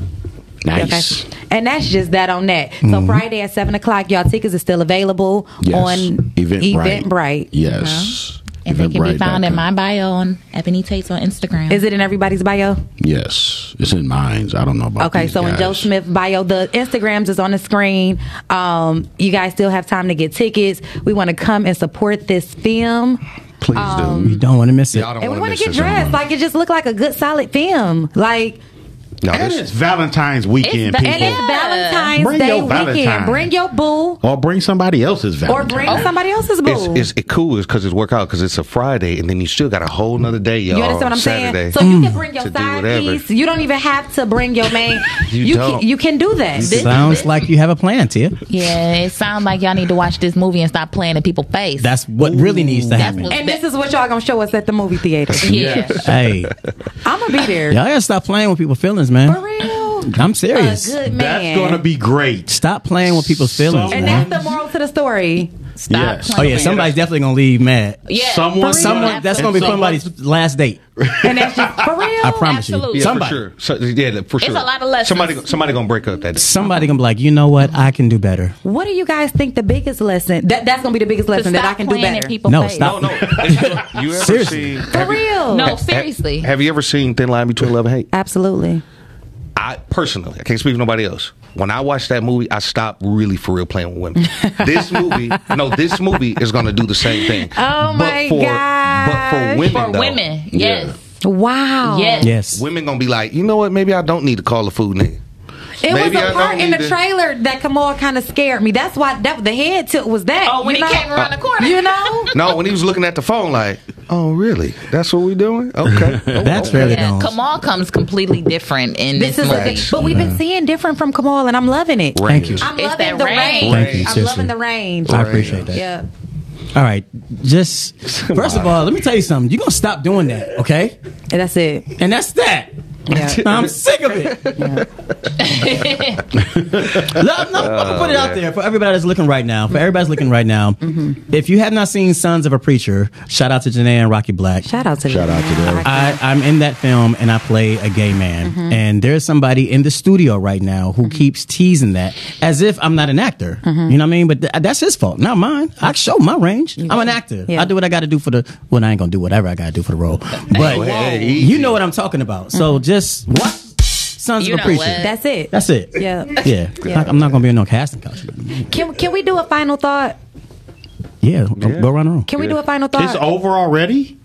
Nice.
And that's just that on that. So
Mhm.
Friday at seven o'clock, y'all tickets is still available
Yes.
on
Eventbrite.
Eventbrite. Uh-huh.
Yes.
And they can be found in
Eventbrite.com.
my bio on Ebony Tates on Instagram.
Is it in everybody's bio?
Yes, it's in mines. I don't know about.
Okay,
these
so in
guys.
Joe Smith bio, the Instagrams is on the screen. Um, you guys still have time to get tickets. We want to come and support this film.
Please
Um,
do. You don't want to miss it.
and we want to get dressed. Like it just looked like a good, solid film. Like
and it's Valentine's weekend,
it's, va-
people.
and it's Valentine's
Bring
Day
your
weekend.
Valentine.
Bring your boo
or bring somebody else's
or
Valentine.
bring
Oh.
somebody else's boo.
It's, it's it cool is because it's work out because it's a Friday and then you still got a whole nother day, y'all.
you understand what I'm
Saturday.
saying? So you
Mm.
can bring your
To do
side
whatever.
piece. You don't even have to bring your main.
You
can,
don't.
you can do that.
Sounds like you have a plan, Tia.
yeah, it sounds like y'all need to watch this movie and stop playing in people's face.
That's what really needs to happen.
and this is what y'all gonna show us at the movie theater.
Hey,
I'm gonna be there.
y'all gotta stop playing with people's feelings, man. For
real?
I'm serious.
A good That's man. gonna
be great.
Stop playing with people's feelings,
And
man.
that's the moral to the story.
Yes. Oh yeah, somebody's definitely gonna leave mad.
Yeah,
someone,
for real.
someone. That's gonna be somebody's last date.
And that's just for real.
I promise you.
Yeah,
Somebody.
for sure. So, yeah, for
It's
sure.
a lot of lessons.
Somebody, somebody gonna break up that. Day.
Somebody gonna be like, you know what? I can do better.
What do you guys think the biggest lesson? That that's gonna be the biggest lesson that I can do better.
No,
Oh,
stop. No,
You ever
Seriously.
seen?
For real.
No,
Ha-
seriously.
Have you ever seen Thin Line Between Love and Hate?
Absolutely.
I personally, I can't speak for nobody else. When I watched that movie, I stopped really for real playing with women. this movie, no, this movie is going to do the same thing.
Oh my
but for,
god.
But for women,
For
though.
women, yes.
Wow.
Yes.
Women gonna be like, you know what? Maybe I don't need to call a food name.
It
Maybe
was
I
a
don't
part in
need
the
to-
trailer that Kamal kind of scared me. That's why that the head tilt was that. Oh,
when he came around the corner.
You know?
No, when he was looking at the phone, like, oh really? That's what we doing? Okay, Oh,
that's really
Yeah, Kamal comes completely different in
This
this,
is
movie.
the, but we've
Mm-hmm.
been seeing different from Kamal, and I'm loving it.
Thank you.
I'm
It's
loving
that
the range.
range.
Thank you,
I'm
seriously.
loving the range.
I appreciate that.
Yeah.
All right. Just first of all, let me tell you something. You're gonna stop doing that, okay?
And that's it.
And that's that. I'm sick of it. Let- no, I'm gonna put it out there for everybody that's looking right now. For everybody's looking right now, if you have not seen Sons of a Preacher, shout out to Janae and Rocky Black. Shout
out to Shout
Oh,
out to them. I, I'm in that film and I play a gay man,
Mm-hmm.
Mhm.
and there's somebody in the studio right now who keeps teasing that as if I'm not an actor.
Mm-hmm.
Mhm.
You know what I mean? But th- that's his fault, not mine. I show my range. I'm an actor.
Yeah.
I do what I got to do for the. Well, I ain't gonna do whatever I got to do for the role, but you know what I'm talking about. So just what. Sons
Mm-hmm. You
of a
know
preacher.
what? That's it.
That's it.
Yeah.
Yeah.
Yeah.
I'm not gonna be in no casting couch.
Can can we do a final thought?
Yeah. Go around the room.
Can we do a final thought?
It's over already?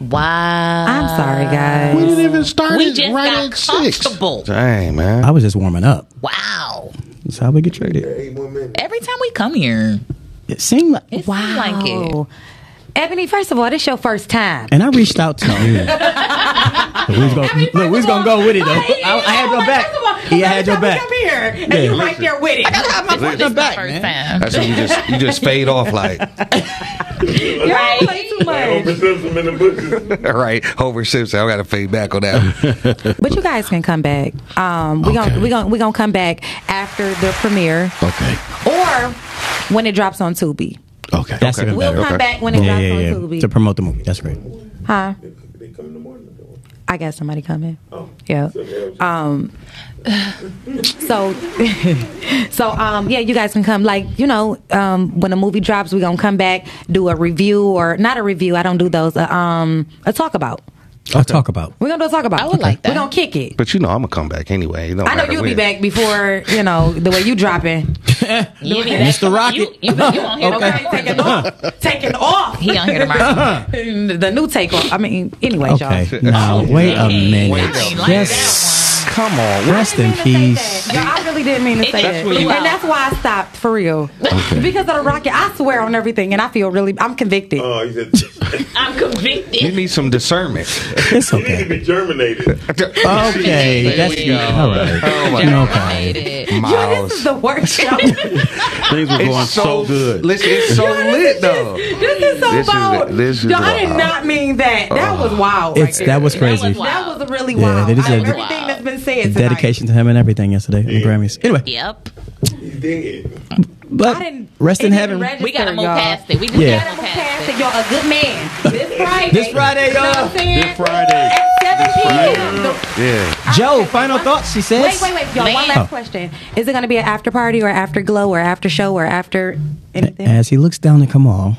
Wow. I'm
sorry, guys.
We didn't even start
We
it
just
right
got
at six.
comfortable.
Dang, man.
I was just warming up.
Wow.
That's how we get traded.
Every time we come here,
It seemed like
it wow. like it.
Oh. Ebony, first of all, this your first time.
and I reached out to him. we was gonna, look, we was gonna go with it though. I, I
Oh
had your back. Yeah, I had your back.
Here, and
Yeah.
you right there with it. I gotta have my
Listen.
partner back,
First
man.
That's when you just you just fade off like
Right? Play too much.
right Homer Simpson. I gotta fade back on that. one.
But you guys can come back. Um, we gonna we gonna we gonna come back after the premiere.
Okay.
Or when it drops on Tubi.
Okay.
That's
Okay.
even
We'll
better.
come back when it
yeah,
drops
yeah,
on
yeah.
Tubi.
To promote the movie. That's great. Oh,
Huh? I got somebody coming.
Oh.
Yeah. Um. So, so um, yeah, you guys can come. Like you know, um, when a movie drops, we are gonna come back, do a review or not a review. I don't do those. Uh, um, a talk about.
I'll talk about.
We're gonna do a talk about. I would like that. We're gonna kick it.
But you know I'm gonna come back anyway. It don't
I know
matter
you'll be
when.
back before you know the way you dropping.
You need
Mr.
that-
Rocket.
You, you, you on here
Okay.
tomorrow.
Taking off. Taking off.
He on here tomorrow.
the new takeoff. I mean, anyway,
Okay.
y'all.
Now wait a
Okay.
minute.
Wait a minute.
yes. Come on. Rest in peace.
Yo, I really didn't mean to say
That's
that.
what you-
and that's why I stopped for real. Because of the rocket, I swear on everything, and I feel really, I'm convicted.
Oh,
Oh,
I'm convicted.
You need some discernment.
It's okay.
need to be germinated.
Okay. That's all right.
Oh my
Okay.
God. Miles.
this is the worst show.
Things were
It's
going so,
so-
good.
Listen, it's so lit though.
this is so
This is-
bold.
this is
Yo, I did
wild.
not mean that. That was wild.
Oh. It's- that was crazy.
That was, that was really
Yeah,
wild.
that is
I,
a-
everything that's been said tonight.
Dedication to him and everything yesterday on the Grammys. Anyway,
Yep.
but rest in heaven.
We gotta move past it. We
Yeah.
gotta move
I
past
said, You're a good man. This Friday.
This Friday,
You know what
y'all.
I'm saying?
This Friday.
At 7 p.m. The-
Yeah.
Joe, final thoughts. She says. Oh.
Wait, wait, wait, y'all. One last question: Is it going to be an after party or after glow or after show or after anything?
As he looks down at Kamal.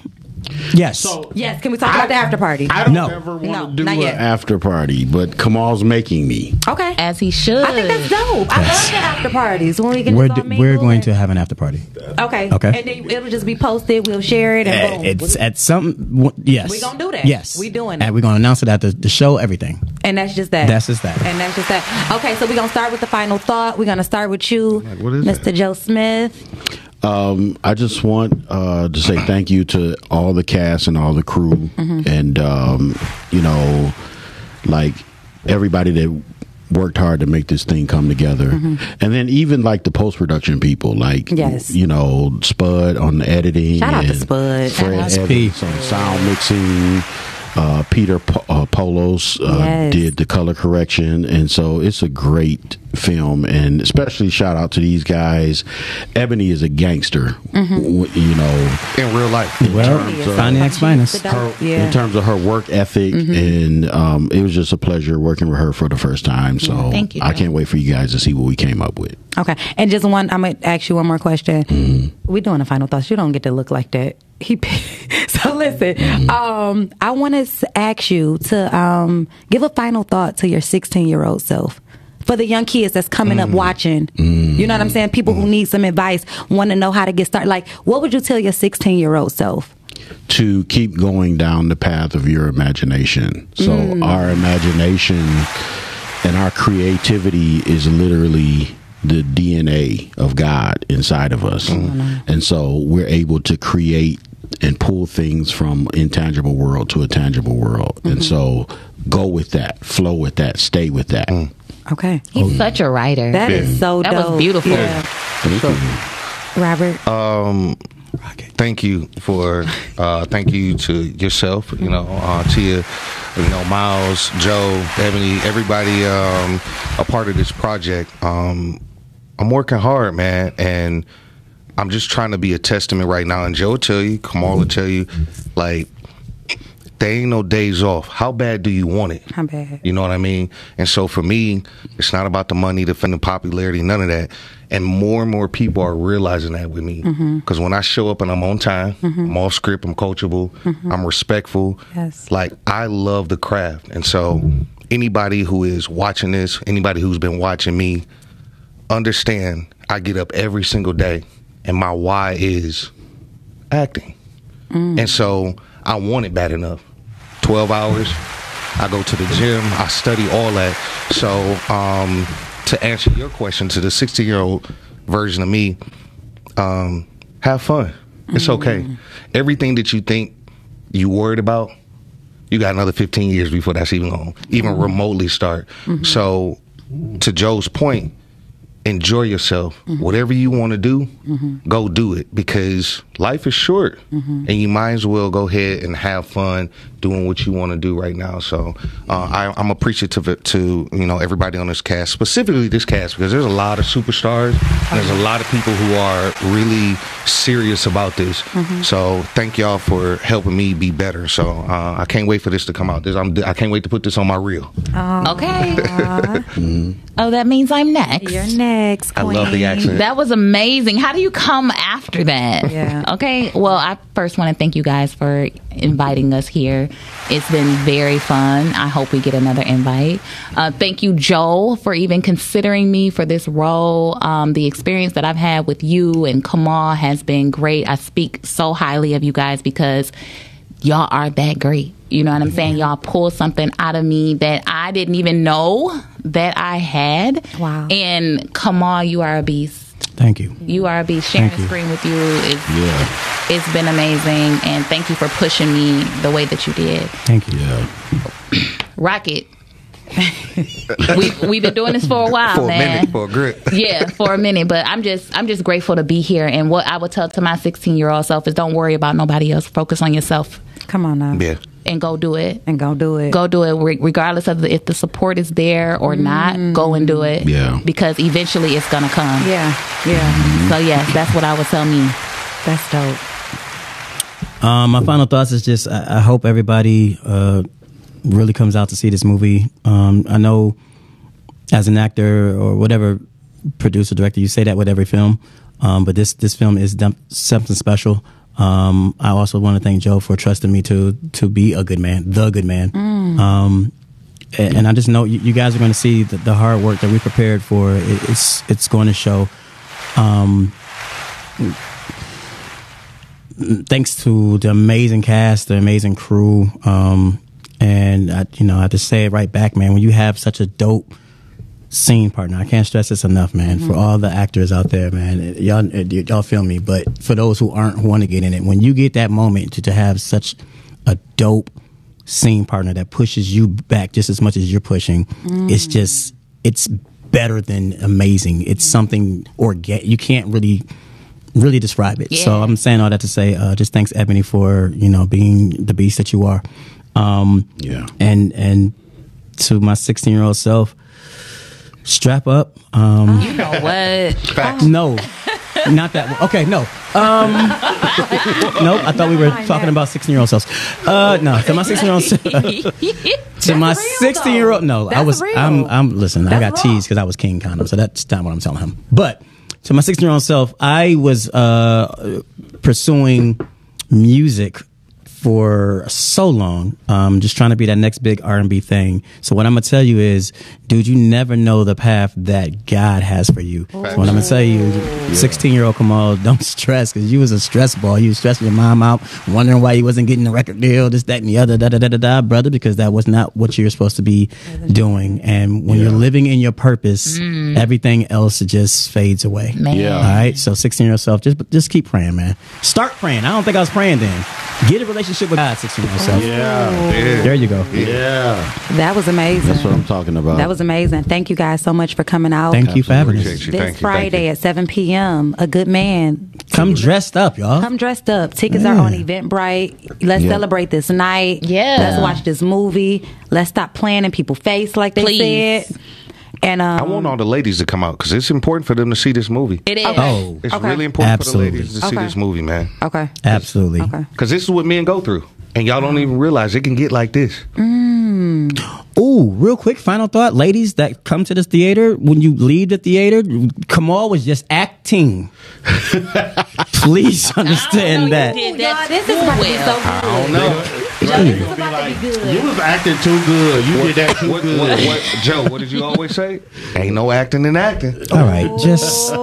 Yes.
yes. Can we talk about the after party? I
don't
No.
ever
no,
Do
not
an
yet.
after party, but Kamal's making me.
Okay.
As he should.
I think that's dope. I love the after parties when we can.
We're,
just all
do-
meet.
we're going to have an after party.
okay.
Okay.
And then it'll just be posted. We'll share it and
Uh,
boom.
it's at some. w- Yes.
We gonna do that.
Yes.
We doing it.
And we're going to announce it at the, the show, everything.
and that's just that.
That's just that.
And that's just that. Okay, so we're gonna start with the final thought. We're gonna start with you,
what is
Mr. Joe Smith.
Um, I just want uh, to say thank you to all the cast and all the crew,
Mm-hmm.
and um, you know, like everybody that worked hard to make this thing come together, and then even like the post production people, like
Mm-hmm. Yes.
you know, Spud on the editing,
Shout out to
and
Spud.
Fred
Shout out to
Evans on sound mixing. Uh, Peter Po- uh, Polos uh,
Yes.
did the color correction, and so it's a great film. And especially shout out to these guys. Ebony is a gangster,
Mm-hmm.
w- you know,
in real life.
In
Well,
terms of-
finance finest.
her,
Yeah. Mm-hmm.
in terms of her work ethic, and um, it was just a pleasure working with her for the first time. So
Thank you.
I can't wait for you guys to see what we came up with.
Okay, and just one. I'm gonna ask you one more question.
Mm-hmm.
We're doing a final thoughts. You don't get to look like that. He. so listen.
Mm-hmm.
Um, I want to ask you to um give a final thought to your 16 year old self for the young kids that's coming
Mm-hmm.
up watching. You know what I'm saying? People who need some advice want to know how to get started. Like, what would you tell your 16 year old self?
to keep going down the path of your imagination. So
Mm.
our imagination and our creativity is literally the DNA of God inside of us.
Mm.
And so we're able to create and pull things from intangible world to a tangible world.
Mm-hmm.
And so go with that, flow with that, stay with that.
Mm.
Okay,
He's such a writer.
that is so
That was
dope.
beautiful.
Yeah.
Thank you.
Robert.
Um, thank you for uh, thank you to yourself, you know, uh, Tia, you know, Miles, Joe, Ebony, everybody um, a part of this project. Um, I'm working hard, man, and I'm just trying to be a testament right now. And Joe will tell you, Kamal will tell you, like, there ain't no days off. How bad do you want it?
How bad?
You know what I mean? And so for me, it's not about the money, the fame, the popularity, none of that. And more and more people are realizing that with me. Because
Mhm.
when I show up and I'm on time,
Mhm.
I'm off script, I'm coachable,
Mhm.
I'm respectful.
Yes.
Like, I love the craft. And so anybody who is watching this, anybody who's been watching me, understand I get up every single day and my why is acting. And so I want it bad enough. 12 hours. I go to the gym. I study all that. So, um, to answer your question to the 16 year old version of me, um, have fun. It's okay. Everything that you think you worried about, you got another 15 years before that's even going to even remotely start. So, to Joe's point, enjoy yourself. Whatever you want to do, go do it because life is short and you might as well go ahead and have fun doing what you want to do right now. So uh, I, I'm appreciative to you know everybody on this cast, specifically this cast, because there's a lot of superstars. And there's a lot of people who are really serious about this. So thank y'all for helping me be better. So uh, I can't wait for this to come out. This, I'm, I can't wait to put this on my reel.
okay. Oh, that means I'm next. You're
next.
I love the queen. accent.
That was amazing. How do you come after that?
Yeah.
Okay. Well, I first want to thank you guys for inviting us here. It's been very fun. I hope we get another invite. Uh, thank you, Joel, for even considering me for this role. Um, the experience that I've had with you and Kamal has been great. I speak so highly of you guys because y'all are that great. You know what I'm saying? Y'all pull something out of me that I didn't even know that I had. Wow. And Kamal, you are a beast.
Thank you.
You are a beast. Sharing
Thank you.
screen with you is
Yeah.
it's been amazing and thank you for pushing me the way that you did.
Thank you. Yeah.
Rocket. we we've been doing this for a while,
for a
man.
minute, for a grip.
yeah, for a minute, but I'm just I'm just grateful to be here and what I would tell to my 16-year-old self is don't worry about nobody else. Focus on yourself
Come on now.
Yeah.
and go do it.
And go do it.
Go do it re- regardless of the, if the support is there or not. Go and do it.
Yeah.
Because eventually it's going to come.
Yeah. Yeah.
So yes, that's what I would tell me.
That's dope.
Um, my final thoughts is just I, I hope everybody uh, really comes out to see this movie. Um, I know as an actor or whatever producer director, you say that with every film, um, but this this film is dump, something special. Um, I also want to thank Joe for trusting me to to be a good man, the good man.
Mm.
Um, a- and, I just know you, you guys are going to see the, the hard work that we prepared for. It, it's it's going to show. Um, thanks to the amazing cast, the amazing crew, um, and I, you know, I have to say it right back, man. When you have such a dope scene partner, I can't stress this enough, man. For
Mhm.
all the actors out there, man, it- y'all, it- y'all feel me. But for those who aren't who want to get in it, when you get that moment to, to have such a dope scene partner that pushes you back just as much as you're pushing, it's
Mm.
just it's better than amazing. It's something organic. You can't really really describe it. So I'm saying all that to say, uh, just thanks Ebony for you know being the beast that you are. Um,
yeah.
And and to my 16 year old self, strap up. Um,
You know what?
No, not that. one. Okay, no. Um, nope. I thought we were talking about 16 year old selves. Uh, no, to my 16 year old. To my 16 year old. No, I
That's
was.
real.
I'm. I'm. Listen, I
That's
got
wrong.
teased because I was king condom, so that's not what I'm telling him. But to my 16 year old self, I was uh, pursuing music for so long, um, just trying to be that next big R and B thing. So what I'm gonna tell you is, dude, you never know the path that God has for you. So what I'm gonna tell you, 16 year old Kamal, don't stress because you was a stress ball. You was stressing your mom out, wondering why you wasn't getting the record deal, this, that, and the other, da da da da da, brother, because that was not what you're supposed to be doing. And when you're living in your purpose,
Mm.
everything else just fades away.
Man. Yeah.
All right. So 16 year old self, just just keep praying, man. Start praying. I don't think I was praying then. Get a relationship with God, 1607.
Yeah, yeah.
There you go.
Yeah.
That was amazing.
That's what I'm talking about.
That was amazing. Thank you guys so much for coming out.
Thank you for having us.
This Friday at 7 p.m. A good man.
Come dressed up, y'all.
Come dressed up. Tickets are
Yeah.
on Eventbrite. Let's
Yeah.
celebrate this night.
Yeah.
Let's watch this movie. Let's stop playing in people's face like they
Please.
said. And um,
I want all the ladies to come out because it's important for them to see this movie.
It is. Okay. Oh.
it's
Okay.
really important for
Absolutely.
the ladies to see
Okay.
this movie, man.
Okay.
Absolutely.
Because this is what men go through, and y'all don't even realize it can get like this.
Ooh, real quick, final thought, ladies that come to this theater. When you leave the theater, Kamal was just acting. Please understand that.
Did that
this is about to be so
I don't know.
You was acting too good. You did that too
What,
good.
what, what, Joe? What did you always say? Ain't no acting in acting.
All right, just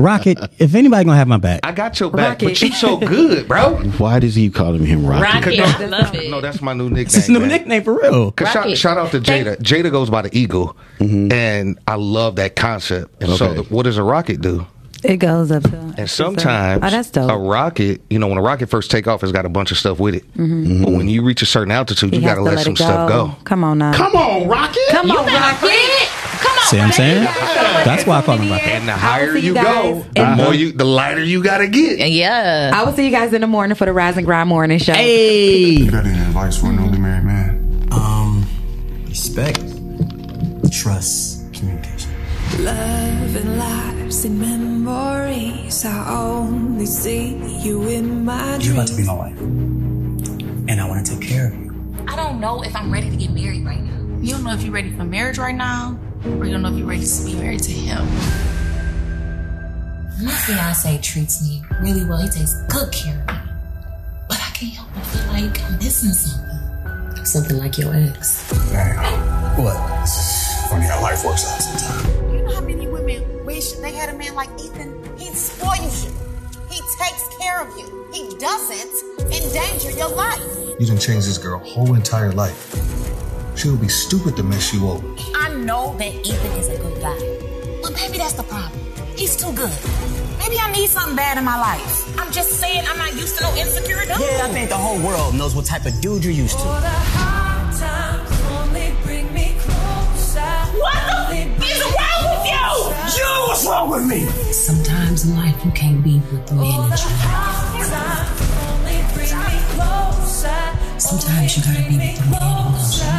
Rocket. If anybody gonna have my back,
I got your back, but you so good, bro.
Why does he calling him Rocky?
Rocky, I love it. No, that's my new nickname. It's new
nickname for real.
Shout, shout out to Jada. Jada goes by the eagle, and I love that concept. And so,
Okay.
the, what does a rocket do?
it goes up to.
And sometimes
Oh, that's dope.
a rocket, you know, when a rocket first take off, it's got a bunch of stuff with it.
Mhm.
But when you reach a certain altitude,
He
you
has
got to let, some stuff go.
Come on now.
Come on, Rocket.
Come on, Rocket.
See what I'm saying? That's why I call him Rocket.
And the higher
see
you
you
go,
guys
the
in-
more you, the lighter you got to get.
Yeah.
I will see you guys in the morning for the Rise and Grind Morning Show.
Hey.
You got any advice for a newly married man? Um, respect.
Trust, communication.
Love and lives and memories. I only see you in my
You're
dreams.
about to be my wife. And I want to take care of you.
I don't know if I'm ready to get married right now. You don't know if you're ready for marriage right now, or you don't know if you're ready to be married to him.
My fiance treats me really well. He takes good care of me. But I can't help but feel like I'm missing something. Something like your ex.
Damn. What? Funny how life works out sometimes.
You know how many women wish they had a man like Ethan? He spoils you. He takes care of you. He doesn't endanger your life.
You done changed this girl whole entire life. She would be stupid to mess you over.
I know that Ethan is a good guy.
But maybe that's the problem.
He's too good. Maybe I need something bad in my life. I'm just saying I'm not used to no insecure dude.
Yeah, I think the whole world knows what type of dude you're used to.
What the f- is wrong with you?
You, what's wrong with me?
Sometimes in life you can't be with the man that you Sometimes you gotta be with the man that loves you.